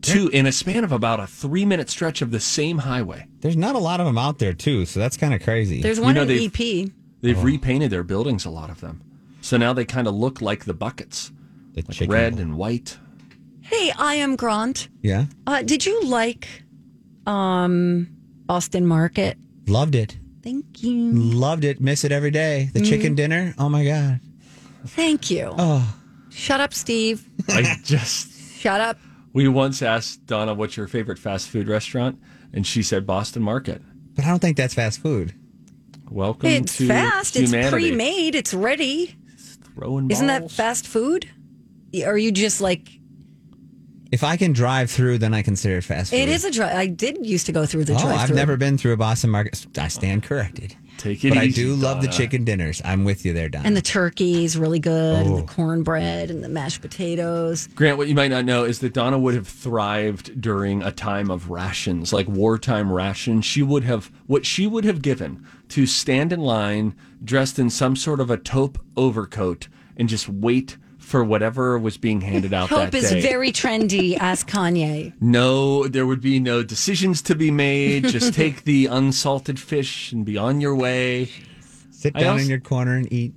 Speaker 1: two in a span of about a three minute stretch of the same highway.
Speaker 4: There's not a lot of them out there too, so that's kind of crazy.
Speaker 5: There's one
Speaker 1: know,
Speaker 5: in E
Speaker 1: they've-
Speaker 5: EP.
Speaker 1: They've repainted their buildings, a lot of them. So now they kind of look like the buckets like red and white.
Speaker 5: Hey, I am Grant.
Speaker 4: Yeah,
Speaker 5: Uh did you like um Austin Market?
Speaker 4: loved it.
Speaker 5: Thank you.
Speaker 4: Loved it. Miss it every day.
Speaker 5: Mm-hmm.
Speaker 4: The chicken dinner. Oh my god.
Speaker 5: Thank you.
Speaker 4: Oh.
Speaker 5: Shut up, Steve.
Speaker 1: I just,
Speaker 5: Shut up.
Speaker 1: we once asked Donna, what's your favorite fast food restaurant? And she said Boston Market.
Speaker 4: But I don't think that's fast food.
Speaker 1: Welcome
Speaker 5: It's
Speaker 1: to
Speaker 5: fast.
Speaker 1: humanity.
Speaker 5: It's pre-made. It's ready.
Speaker 1: Throwing
Speaker 5: Isn't that
Speaker 1: balls.
Speaker 5: fast food? Or are you just like
Speaker 4: If I can drive through, then I consider it fast food.
Speaker 5: it is a drive? I did used to go through the
Speaker 4: oh,
Speaker 5: drive.
Speaker 4: I've never been through a Boston market. I stand corrected.
Speaker 1: Take it
Speaker 4: but
Speaker 1: easy, uh,
Speaker 4: I do love the
Speaker 1: Donna.
Speaker 4: chicken dinners. I'm with you there, Don.
Speaker 5: And the turkey's really good, and
Speaker 1: Oh.
Speaker 5: the cornbread, and the mashed potatoes.
Speaker 1: Grant, what you might not know is that Donna would have thrived during a time of rations, like wartime rations. She would have what she would have given to stand in line dressed in some sort of a taupe overcoat and just wait for whatever was being handed out
Speaker 5: Hope
Speaker 1: that
Speaker 5: is
Speaker 1: day.
Speaker 5: very trendy. Ask Kanye.
Speaker 1: no, there would be no decisions to be made. Just take the unsalted fish and be on your way.
Speaker 4: Sit down in your corner and eat.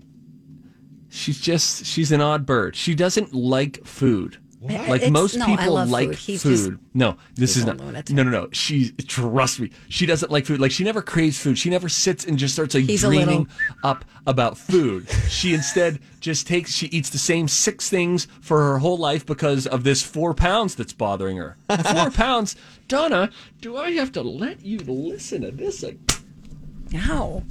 Speaker 1: She's just she's an odd bird. She doesn't like food.
Speaker 5: What?
Speaker 1: Like
Speaker 5: It's-
Speaker 1: most
Speaker 5: no, I
Speaker 1: people
Speaker 5: love
Speaker 1: like
Speaker 5: food. He's just-
Speaker 1: food. no, this is
Speaker 5: a
Speaker 1: not. No, no, no. She trust me. She doesn't like food. Like she never craves food. She never sits and just starts like
Speaker 5: He's a
Speaker 1: dreaming
Speaker 5: little-
Speaker 1: up about food. she instead just takes. She eats the same six things for her whole life because of this four pounds that's bothering her. Four pounds, Donna. Do I have to let you listen to this? Like,
Speaker 5: Ow.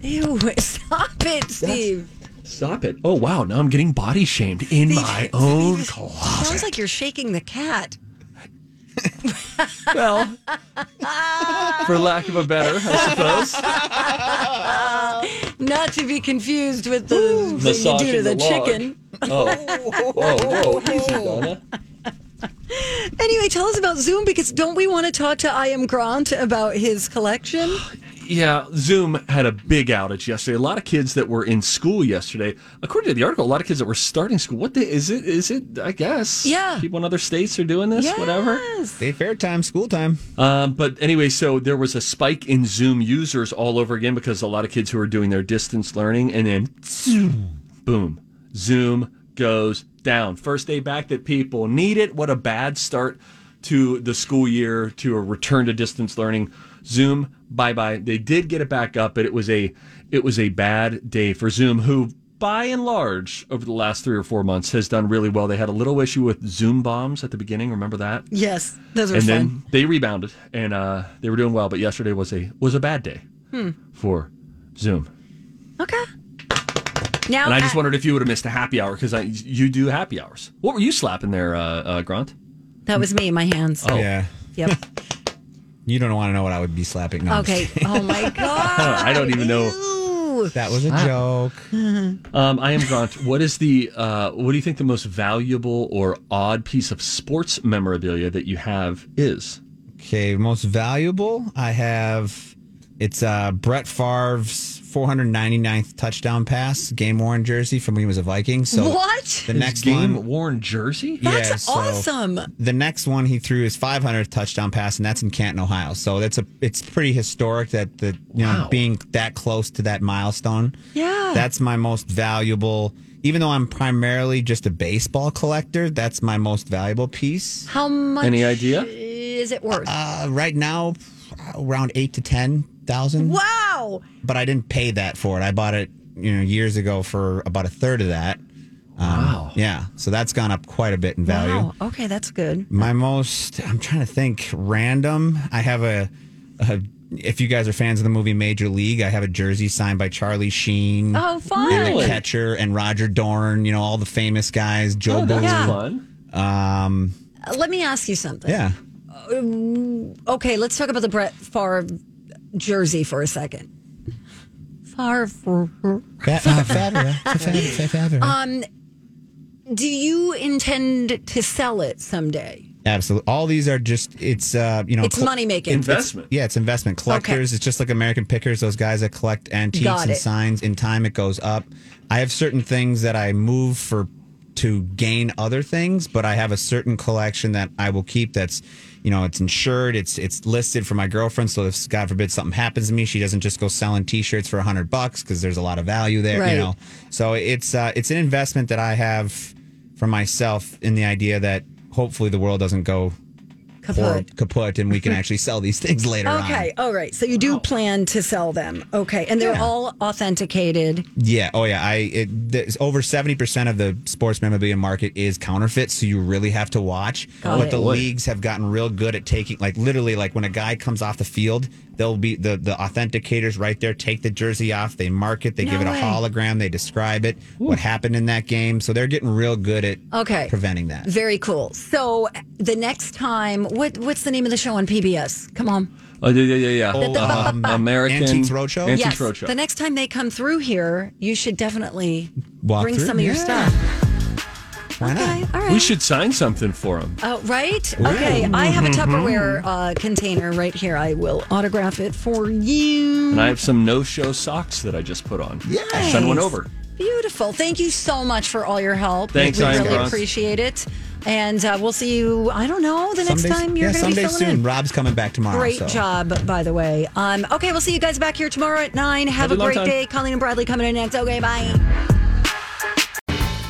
Speaker 5: Ew, stop it, Steve.
Speaker 1: stop it. Oh wow. Now I'm getting body shamed in my own closet.
Speaker 5: Sounds like you're shaking the cat.
Speaker 1: well, for lack of a better, I suppose.
Speaker 5: Not to be confused with the thing you do
Speaker 1: Massaging
Speaker 5: to the,
Speaker 1: the log.
Speaker 5: chicken.
Speaker 1: Oh, whoa, whoa, easy, Donna.
Speaker 5: Anyway, tell us about Zoom because don't we want to talk to I Am Grant about his collection?
Speaker 1: Yeah, Zoom had a big outage yesterday. A lot of kids that were in school yesterday, according to the article, a lot of kids that were starting school. What the, is it? Is it? I guess. Yeah. People in other states are doing this. Whatever.
Speaker 4: Day fair time, school time.
Speaker 1: Um, but anyway, so there was a spike in Zoom users all over again because a lot of kids who were doing their distance learning, and then zoom, boom, Zoom goes down. First day back that people need it. What a bad start to the school year to a return to distance learning. Zoom, bye bye. They did get it back up, but it was a it was a bad day for Zoom, who by and large over the last three or four months has done really well. They had a little issue with Zoom bombs at the beginning. Remember that?
Speaker 5: Yes, those are
Speaker 1: and
Speaker 5: fun.
Speaker 1: then they rebounded and uh, they were doing well but yesterday was a was a bad day
Speaker 5: Hmm.
Speaker 1: for zoom
Speaker 5: Now,
Speaker 1: and i just
Speaker 5: at-
Speaker 1: wondered if you would have missed a happy hour because you do happy hours what were you slapping there uh, uh grant
Speaker 5: that was me, my hands.
Speaker 1: Oh.
Speaker 4: yeah.
Speaker 5: Yep.
Speaker 4: You don't want to know what I would be slapping. No, I'm
Speaker 5: okay.
Speaker 4: just
Speaker 5: Oh my God.
Speaker 1: i don't even know
Speaker 5: Ooh.
Speaker 4: That was a joke.
Speaker 1: um, i am grant what is the uh, what do you think the most valuable or odd piece of sports memorabilia that you have is
Speaker 4: Okay, most valuable. I have it's uh, Brett Favre's 499th touchdown pass, game worn jersey from when he was a Viking. So
Speaker 5: What?
Speaker 4: The
Speaker 1: His
Speaker 4: next
Speaker 1: game
Speaker 4: one,
Speaker 1: worn jersey
Speaker 4: Yeah, so The next one he threw his 500th touchdown pass, and that's in Canton, Ohio. So that's a it's pretty historic that the you know
Speaker 5: Wow.
Speaker 4: being that close to that milestone.
Speaker 5: Yeah.
Speaker 4: That's my most valuable. Even though I'm primarily just a baseball collector, that's my most valuable piece.
Speaker 5: How much
Speaker 4: Any idea?
Speaker 5: is it worth?
Speaker 4: Uh, right now, uh, around eight to ten thousand.
Speaker 5: Wow!
Speaker 4: But I didn't pay that for it. I bought it, you know, years ago for about a third of that. Um,
Speaker 5: Oh,
Speaker 4: wow. Yeah. So that's gone up quite a bit in value.
Speaker 5: Wow. Okay, that's good.
Speaker 1: Mm.
Speaker 4: My most, I'm trying to think, random. I have a, a, if you guys are fans of the movie Major League, I have a jersey signed by Charlie Sheen.
Speaker 5: Oh, fun.
Speaker 4: And the
Speaker 5: Really?
Speaker 4: catcher and Roger Dorn, you know, all the famous guys, Joe
Speaker 5: Oh,
Speaker 4: Boone.
Speaker 5: that's Yeah.
Speaker 4: Um,
Speaker 5: Uh, Let me ask you something.
Speaker 4: yeah.
Speaker 5: Um, okay, let's talk about the Brett Favre jersey for a second. Favre.
Speaker 4: uh,
Speaker 5: Um, do you intend to sell it someday?
Speaker 4: Absolutely. All these are just it's uh you know
Speaker 5: It's money-making.
Speaker 4: it's-
Speaker 5: Investment.
Speaker 4: yeah, it's investment. Collectors, it's just like American pickers, those guys that collect antiques
Speaker 5: Got
Speaker 4: and
Speaker 5: it.
Speaker 4: signs. In time it goes up. I have certain things that I move for to gain other things, but I have a certain collection that I will keep that's you know, it's insured, it's it's listed for my girlfriend, so if God forbid something happens to me, she doesn't just go selling t-shirts for 100 bucks cuz there's a lot of value there,
Speaker 5: Right.
Speaker 4: you know. So it's uh, it's an investment that I have for myself in the idea that hopefully the world doesn't go
Speaker 5: Kaput.
Speaker 4: hor- kaput and we can actually sell these things later on.
Speaker 5: okay, all right. So you do plan to sell them. Okay, and they're all authenticated.
Speaker 4: Yeah. Oh, yeah. I it, there's over seventy percent of the sports memorabilia market is counterfeit, so you really have to watch.
Speaker 5: Got
Speaker 4: but
Speaker 5: it.
Speaker 4: the
Speaker 5: Boy.
Speaker 4: leagues have gotten real good at taking, like literally, like when a guy comes off the field, they'll be the the authenticators right there take the jersey off, they mark it, they
Speaker 5: No
Speaker 4: give it a
Speaker 5: way.
Speaker 4: hologram, they describe it, what happened in that game. So they're getting real good at
Speaker 5: Okay.
Speaker 4: preventing that.
Speaker 5: Very cool. So the next time, what what's the name of the show on PBS? Come on.
Speaker 1: Oh, yeah, yeah, yeah. yeah.
Speaker 5: The- the-
Speaker 1: Uh,
Speaker 5: bu- bu- bu-
Speaker 1: American
Speaker 4: Antiques Roadshow?
Speaker 1: Antiques
Speaker 5: yes.
Speaker 1: Roadshow.
Speaker 5: The next time they come through here, you should definitely
Speaker 1: Walk
Speaker 5: bring
Speaker 1: through.
Speaker 5: some of your
Speaker 1: Yeah.
Speaker 5: stuff.
Speaker 4: Why not?
Speaker 5: Okay, all right.
Speaker 1: We should sign something for him.
Speaker 5: Oh, right? Okay. I have a
Speaker 1: Mhm.
Speaker 5: Tupperware uh, container right here. I will autograph it for you.
Speaker 1: And I have some no-show socks that I just put on. Yeah. Send one
Speaker 5: Nice.
Speaker 1: over.
Speaker 5: Beautiful. Thank you so much for all your help.
Speaker 1: Thanks,
Speaker 5: we
Speaker 1: Ian
Speaker 5: really
Speaker 1: Cross.
Speaker 5: appreciate it. And uh, we'll see you, I don't know, the next
Speaker 4: Someday-
Speaker 5: time you're
Speaker 4: yeah,
Speaker 5: going to
Speaker 4: someday
Speaker 5: be
Speaker 4: soon.
Speaker 5: filling in.
Speaker 4: Rob's coming back tomorrow.
Speaker 5: Great
Speaker 4: so.
Speaker 5: job, by the way. Um, okay, we'll see you guys back here tomorrow at 9. Have
Speaker 4: Have a
Speaker 5: a
Speaker 4: long
Speaker 5: great
Speaker 4: time.
Speaker 5: day. Colleen and Bradley coming in next. Okay, bye.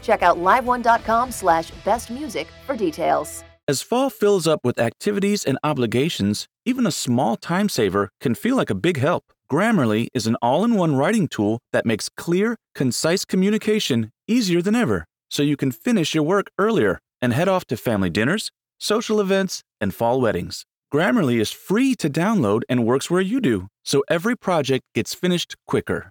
Speaker 14: Check out liveone.com slash bestmusic for details.
Speaker 9: As fall fills up with activities and obligations, even a small time saver can feel like a big help. Grammarly is an all in one writing tool that makes clear, concise communication easier than ever, so you can finish your work earlier and head off to family dinners, social events, and fall weddings. Grammarly is free to download and works where you do, so every project gets finished quicker.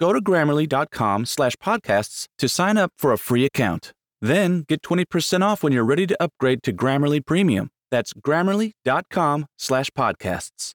Speaker 9: Go to grammarly.com slash podcasts to sign up for a free account. Then get 20% off when you're ready to upgrade to Grammarly Premium. That's grammarly.com slash podcasts.